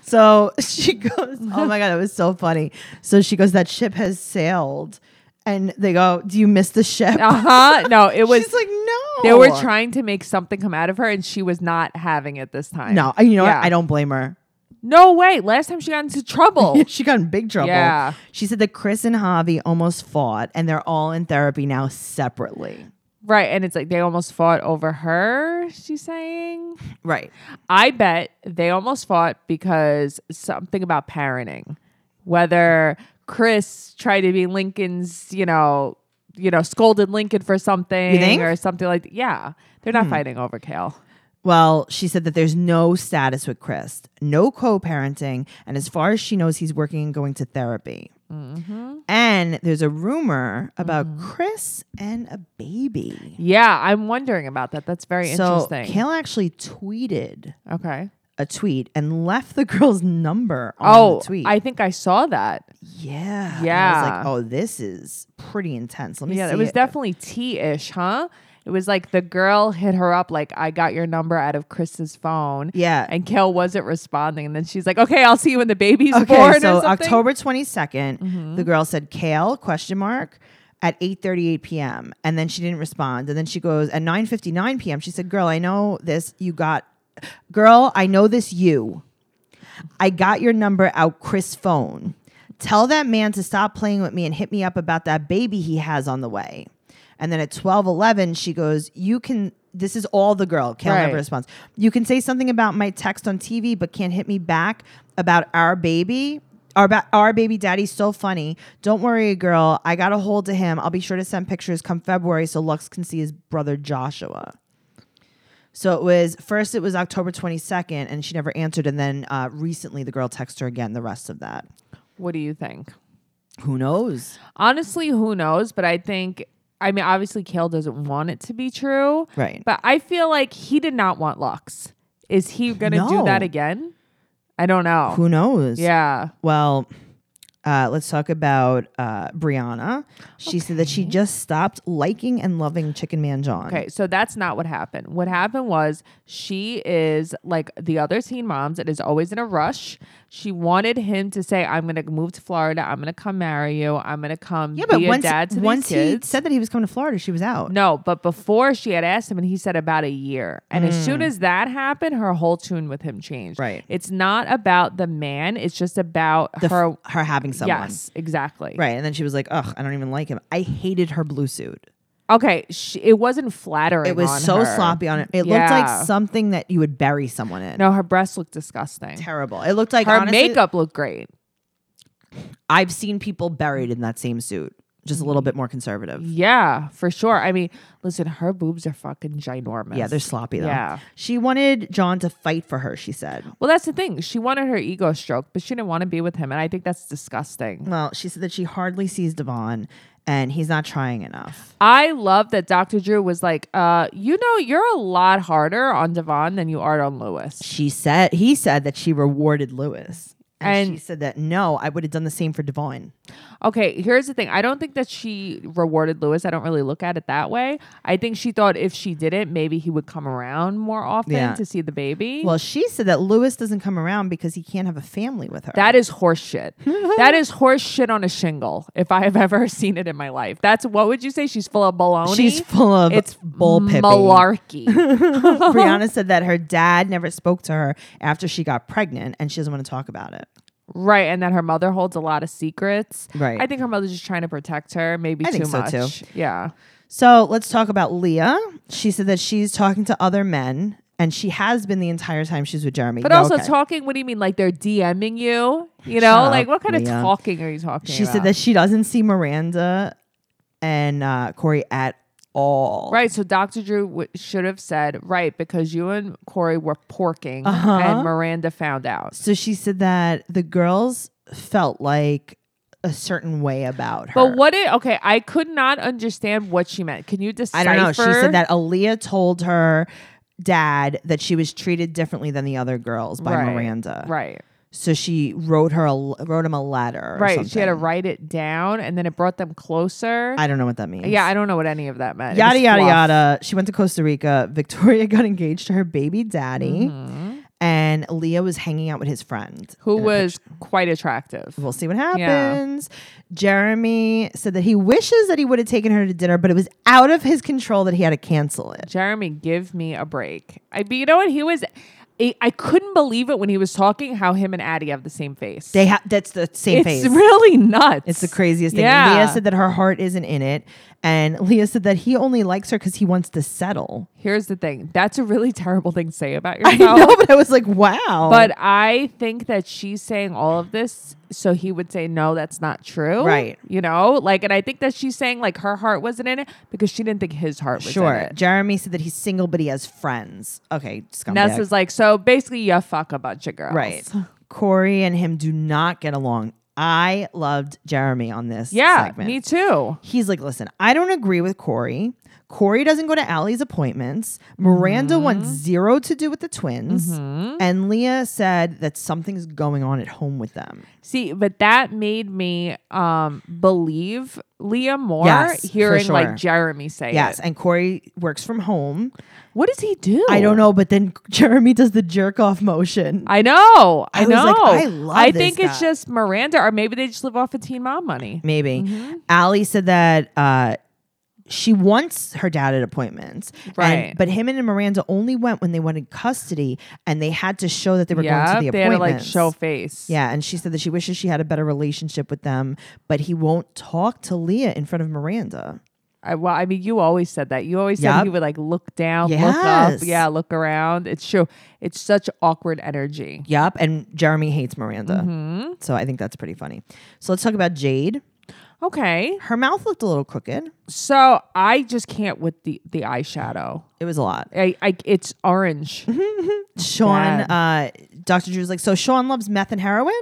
Speaker 1: So she goes, oh my God, that was so funny. So she goes, that ship has sailed. and they go, "Do you miss the ship?"
Speaker 2: Uh huh. No, it was.
Speaker 1: She's like, "No."
Speaker 2: They were trying to make something come out of her, and she was not having it this time.
Speaker 1: No, you know
Speaker 2: Yeah.
Speaker 1: what? I don't blame her.
Speaker 2: no way. Last time she got into trouble.
Speaker 1: she got in big trouble.
Speaker 2: Yeah.
Speaker 1: She said that Chris and Javi almost fought, and they're all in therapy now separately.
Speaker 2: right, and it's like they almost fought over her. She's saying,
Speaker 1: Right.
Speaker 2: I bet they almost fought because something about parenting, whether Chris tried to be Lincoln's, you know, you know, scolded Lincoln for something
Speaker 1: You think? Hmm.
Speaker 2: or something like that. Yeah, they're not fighting over Kale.
Speaker 1: Well, she said that there's no status with Chris, no co parenting, and as far as she knows, he's working and going to therapy.
Speaker 2: Mm-hmm.
Speaker 1: And there's a rumor about Chris and a baby.
Speaker 2: Yeah, I'm wondering about that. That's very
Speaker 1: So
Speaker 2: interesting.
Speaker 1: Kale actually tweeted
Speaker 2: okay.
Speaker 1: a tweet and left the girl's number on
Speaker 2: Oh,
Speaker 1: the tweet.
Speaker 2: I think I saw that.
Speaker 1: yeah. And I
Speaker 2: Yeah.
Speaker 1: was like, oh, this is pretty intense. Let me
Speaker 2: Yeah,
Speaker 1: see
Speaker 2: it was
Speaker 1: it.
Speaker 2: definitely T-ish, huh? It was like the girl hit her up like I got your number out of Chris's phone.
Speaker 1: Yeah.
Speaker 2: And Kale wasn't responding. And then she's like, Okay, I'll see you when the baby's
Speaker 1: okay,
Speaker 2: born.
Speaker 1: so
Speaker 2: or something. Mm-hmm.
Speaker 1: October 22nd, the girl said Kale question mark at 8:38 p.m. and then she didn't respond. And then she goes at 9:59 p.m. she said, "Girl, I know this. You got Girl, I know this you. I got your number out Chris phone. Tell that man to stop playing with me and hit me up about that baby he has on the way." And then at 12:11 she goes, "You can this is all the girl. Kale
Speaker 2: Right.
Speaker 1: never response. You can say something about my text on TV, but can't hit me back about our baby. Our, ba- our baby daddy's so funny. Don't worry, girl. I got a hold to him. I'll be sure to send pictures come February so Lux can see his brother Joshua. So it was first, it was October 22nd, and she never answered. And then uh, recently, the girl texted her again the rest of that.
Speaker 2: What do you think?
Speaker 1: Who knows?
Speaker 2: Honestly, who knows? But I think, I mean, obviously, Kale doesn't want it to be true.
Speaker 1: Right.
Speaker 2: But I feel like he did not want Lux. Is he going to do
Speaker 1: No.
Speaker 2: that again? I don't know.
Speaker 1: Who knows?
Speaker 2: yeah.
Speaker 1: Well, uh, let's talk about uh, Brianna. She said that she just stopped liking and loving Chicken Man John.
Speaker 2: Okay, so that's not what happened. What happened was she is like the other teen moms and is always in a rush. She wanted him to say, "I'm going to move to Florida. I'm going to come marry you. I'm going to come
Speaker 1: Yeah, but
Speaker 2: be
Speaker 1: once,
Speaker 2: a dad to these
Speaker 1: once he
Speaker 2: kids."
Speaker 1: said that he was coming to Florida, she was out.
Speaker 2: No, but before she had asked him, and he said about a year. And as soon as that happened, her whole tune with him changed.
Speaker 1: Hmm. Right.
Speaker 2: It's not about the man, it's just about
Speaker 1: The f-
Speaker 2: her.
Speaker 1: her having someone.
Speaker 2: Yes, exactly.
Speaker 1: Right. And then she was like, ugh, I don't even like him. I hated her blue suit.
Speaker 2: Okay. She, it wasn't flattering.
Speaker 1: It was
Speaker 2: on
Speaker 1: so
Speaker 2: her.
Speaker 1: sloppy on it. It looked
Speaker 2: Yeah.
Speaker 1: like something that you would bury someone in.
Speaker 2: No, her breasts looked disgusting.
Speaker 1: Terrible. It looked like
Speaker 2: Her
Speaker 1: honestly,
Speaker 2: makeup looked great.
Speaker 1: I've seen people buried in that same suit, just a
Speaker 2: Mm.
Speaker 1: little bit more conservative.
Speaker 2: Yeah, for sure. I mean, listen, her boobs are fucking ginormous.
Speaker 1: Yeah, they're sloppy though.
Speaker 2: Yeah.
Speaker 1: She wanted John to fight for her, she said.
Speaker 2: Well, that's the thing. She wanted her ego stroked, but she didn't want to be with him. And I think that's disgusting.
Speaker 1: Well, she said that she hardly sees Devon and he's not trying enough.
Speaker 2: I love that Dr. Drew was like, uh, you know, you're a lot harder on Devon than you are on Lewis.
Speaker 1: She said he said that she rewarded Lewis. And,
Speaker 2: And- Mm.
Speaker 1: she said that no, I would have done the same for Devon.
Speaker 2: Okay, here's the thing. I don't think that she rewarded Lewis. I don't really look at it that way. I think she thought if she didn't, maybe he would come around more often
Speaker 1: Yeah.
Speaker 2: to see the baby.
Speaker 1: Well, she said that Lewis doesn't come around because he can't have a family with her.
Speaker 2: that is horseshit. that is horseshit on a shingle. If I have ever seen it in my life, that's what would you say? She's full of baloney.
Speaker 1: She's full of
Speaker 2: it's
Speaker 1: bull pipping.
Speaker 2: malarkey.
Speaker 1: Brianna said that her dad never spoke to her after she got pregnant and she doesn't want to talk about it.
Speaker 2: Right, and that her mother holds a lot of secrets.
Speaker 1: Right.
Speaker 2: I think her mother's just trying to protect her, maybe
Speaker 1: I
Speaker 2: too
Speaker 1: think so,
Speaker 2: much.
Speaker 1: too.
Speaker 2: Yeah.
Speaker 1: So let's talk about Leah. She said that she's talking to other men and she has been the entire time she's with Jeremy.
Speaker 2: But
Speaker 1: Yeah,
Speaker 2: also
Speaker 1: okay.
Speaker 2: talking, what do you mean? Like they're DMing you? You know,
Speaker 1: up,
Speaker 2: like what kind
Speaker 1: Leah.
Speaker 2: of talking are you talking
Speaker 1: she said
Speaker 2: about?
Speaker 1: that she doesn't see Miranda and uh, Corey at all.
Speaker 2: Right, so Dr. Drew w- should have said, right, because you and Corey were porking
Speaker 1: Uh-huh.
Speaker 2: and Miranda found out.
Speaker 1: So she said that the girls felt like a certain way about her.
Speaker 2: But what it, okay, I could not understand what she meant. Can you
Speaker 1: I
Speaker 2: decipher?
Speaker 1: don't know. She said that Aaliyah told her dad that she was treated differently than the other girls by
Speaker 2: Right,
Speaker 1: Miranda.
Speaker 2: Right,
Speaker 1: So she wrote her a, wrote him a letter. Or
Speaker 2: right. She had to
Speaker 1: something.
Speaker 2: write it down and then it brought them closer.
Speaker 1: I don't know what that means.
Speaker 2: yeah, I don't know what any of that meant. It
Speaker 1: yada
Speaker 2: was
Speaker 1: yada
Speaker 2: fluff. Mm-hmm.
Speaker 1: yada. She went to Costa Rica. Victoria got engaged to her baby daddy, and when Leah was hanging out with his friend.
Speaker 2: Who
Speaker 1: in a
Speaker 2: was quite attractive.
Speaker 1: We'll see what
Speaker 2: Yeah.
Speaker 1: happens. Jeremy said that he wishes that he would have taken her to dinner, but it was out of his control that he had to cancel it.
Speaker 2: Jeremy, give me a break. I, but you know what? He was. I I couldn't believe it when he was talking how him and Addie have the same face.
Speaker 1: They have that's the same
Speaker 2: it's
Speaker 1: face.
Speaker 2: really nuts.
Speaker 1: it's the craziest thing.
Speaker 2: Yeah.
Speaker 1: And Leah said that her heart isn't in it, and Leah said that he only likes her because he wants to settle.
Speaker 2: Here's the thing. That's a really terrible thing to say about
Speaker 1: I
Speaker 2: yourself.
Speaker 1: know, but I was like, wow.
Speaker 2: But I think that she's saying all of this so he would say, no, that's not true.
Speaker 1: Right.
Speaker 2: You know, like, and I think that she's saying like her heart wasn't in it because she didn't think his heart was in
Speaker 1: sure,
Speaker 2: it.
Speaker 1: Jeremy said that he's single, but he has friends. Okay, scumbag.
Speaker 2: Nessa's like, so basically, you fuck a bunch of girls.
Speaker 1: right. Corey and him do not get along. I loved Jeremy on this.
Speaker 2: Yeah,
Speaker 1: segment.
Speaker 2: me too.
Speaker 1: He's like, listen, I don't agree with Corey. Corey doesn't go to Allie's appointments. Miranda
Speaker 2: Mm-hmm.
Speaker 1: wants zero to do with the twins. And Leah said that something's going on at home with them.
Speaker 2: See, but that made me um believe Leah more
Speaker 1: Yes, for
Speaker 2: hearing
Speaker 1: sure.
Speaker 2: like Jeremy say
Speaker 1: Yes.
Speaker 2: it.
Speaker 1: And Corey works from home.
Speaker 2: What does he do?
Speaker 1: I don't know, but then Jeremy does the jerk off motion.
Speaker 2: I know. I,
Speaker 1: I was
Speaker 2: know.
Speaker 1: like, I love
Speaker 2: I
Speaker 1: this
Speaker 2: think it's
Speaker 1: guy.
Speaker 2: just Miranda, or maybe they just live off of Teen Mom money.
Speaker 1: Maybe.
Speaker 2: Mm-hmm.
Speaker 1: Allie said that uh, she wants her dad at appointments. and-
Speaker 2: Right.
Speaker 1: but him and Miranda only went when they wanted custody and they had to show that they were going to the
Speaker 2: they had to
Speaker 1: appointments.
Speaker 2: like show face.
Speaker 1: Yeah, and she said that she wishes she had a better relationship with them, but he won't talk to Leah in front of Miranda.
Speaker 2: I, well, I mean, you always said that. You always said
Speaker 1: Yup.
Speaker 2: he would like look down, look up,
Speaker 1: Yes.
Speaker 2: yeah, look around. It's true. It's such awkward energy.
Speaker 1: Yep, and Jeremy hates Miranda.
Speaker 2: Mm-hmm.
Speaker 1: So I think that's pretty funny. So let's talk about Jade.
Speaker 2: Okay,
Speaker 1: Her mouth looked a little crooked.
Speaker 2: so I just can't with the the eyeshadow.
Speaker 1: It was a lot.
Speaker 2: I, I it's orange,
Speaker 1: Mm-hmm. Sean, uh, Dr. Drew's like, So Sean loves meth and heroin?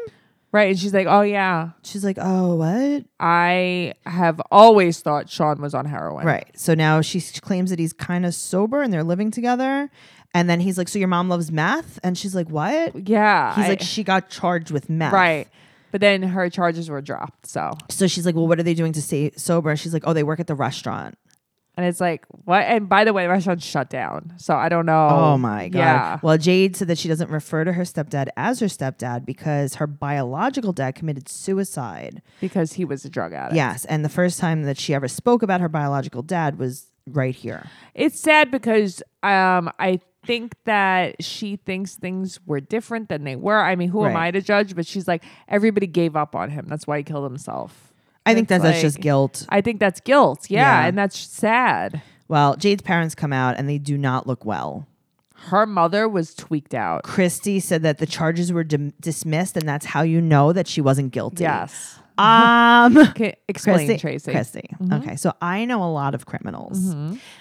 Speaker 2: right? And she's like, "Oh yeah,
Speaker 1: She's like, Oh, what?
Speaker 2: I have always thought Sean was on heroin."
Speaker 1: Right. So now she s- claims that he's kind of sober and they're living together. And then he's like, So your mom loves meth? And she's like, What? He's
Speaker 2: Yeah, I-
Speaker 1: like, She got charged with meth.
Speaker 2: right. But then her charges were dropped. So,
Speaker 1: So she's like, "Well, what are they doing to stay sober?" And she's like, "Oh, they work at the restaurant."
Speaker 2: and it's like, what? And by the way, the restaurant shut down. So I don't know.
Speaker 1: Oh, my god.
Speaker 2: Yeah.
Speaker 1: Well, Jade said that she doesn't refer to her stepdad as her stepdad because her biological dad committed suicide.
Speaker 2: because he was a drug addict.
Speaker 1: Yes, and the first time that she ever spoke about her biological dad was right here.
Speaker 2: It's sad because um, I think that she thinks things were different than they were. I mean, who am
Speaker 1: Right.
Speaker 2: I to judge? But she's like, everybody gave up on him. That's why he killed himself.
Speaker 1: I think that
Speaker 2: It's
Speaker 1: that's just
Speaker 2: like-
Speaker 1: guilt.
Speaker 2: I think that's guilt. Yeah,
Speaker 1: Yeah.
Speaker 2: And that's sad.
Speaker 1: Well, Jade's parents come out and they do not look well.
Speaker 2: Her mother was tweaked out.
Speaker 1: Christy said that the charges were dim- dismissed, and that's how you know that she wasn't guilty.
Speaker 2: Yes.
Speaker 1: Um.
Speaker 2: Okay, explain,
Speaker 1: Christy-
Speaker 2: Tracy. Mm-hmm.
Speaker 1: Christy. Okay. So I know a lot of criminals,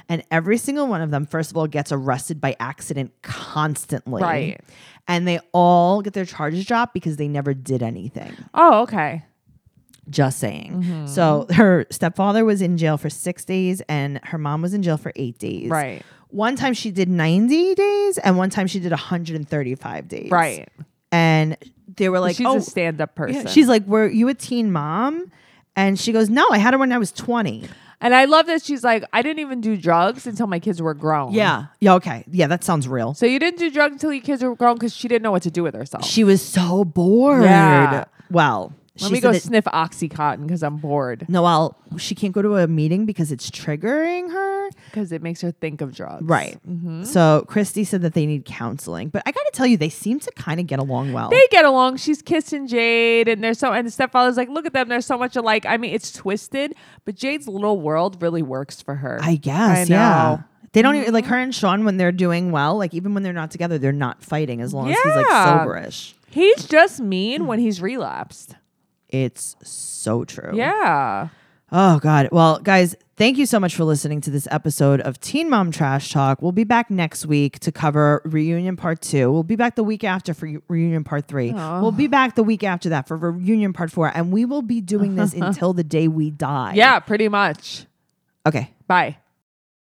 Speaker 1: and every single one of them, first of all, gets arrested by accident constantly.
Speaker 2: Right.
Speaker 1: And they all get their charges dropped because they never did anything.
Speaker 2: Oh, okay.
Speaker 1: Just saying.
Speaker 2: Mm-hmm.
Speaker 1: So her stepfather was in jail for six days, and her mom was in jail for eight days.
Speaker 2: Right.
Speaker 1: One time she did 90 days, and one time she did 135 days.
Speaker 2: Right.
Speaker 1: And they were like,
Speaker 2: she's
Speaker 1: oh,
Speaker 2: a stand up person.
Speaker 1: yeah. she's like, were you a teen mom? And she goes, no, I had her when I was 20.
Speaker 2: and I love that she's like, I didn't even do drugs until my kids were grown.
Speaker 1: Yeah. Yeah. Okay. Yeah. That sounds real.
Speaker 2: So you didn't do drugs until your kids were grown because she didn't know what to do with herself.
Speaker 1: She was so bored.
Speaker 2: Yeah.
Speaker 1: Well,
Speaker 2: Let
Speaker 1: she
Speaker 2: me go
Speaker 1: said that,
Speaker 2: sniff OxyContin because I'm bored.
Speaker 1: Noelle, she can't go to a meeting because it's triggering her.
Speaker 2: Because it makes her think of drugs. Mm-hmm.
Speaker 1: So Christy said that they need counseling, but I got to tell you, they seem to kind of get along well.
Speaker 2: They get along. She's kissing Jade, and they're so. And the stepfather's like, "Look at them. They're so much alike." I mean, it's twisted, but Jade's little world really works for her.
Speaker 1: I guess.
Speaker 2: I
Speaker 1: Yeah.
Speaker 2: know. Mm-hmm.
Speaker 1: They don't even like her and Sean when they're doing well. Like even when they're not together, they're not fighting as long as he's like
Speaker 2: Yeah.
Speaker 1: soberish.
Speaker 2: He's just mean when he's relapsed.
Speaker 1: It's so true.
Speaker 2: Yeah.
Speaker 1: Oh, God. Well, guys, thank you so much for listening to this episode of Teen Mom Trash Talk. We'll be back next week to cover reunion part two. We'll be back the week after for reunion part three. We'll be back the week after that for reunion part four. And we will be doing this until the day we die.
Speaker 2: Yeah. Pretty much.
Speaker 1: Okay.
Speaker 2: Bye.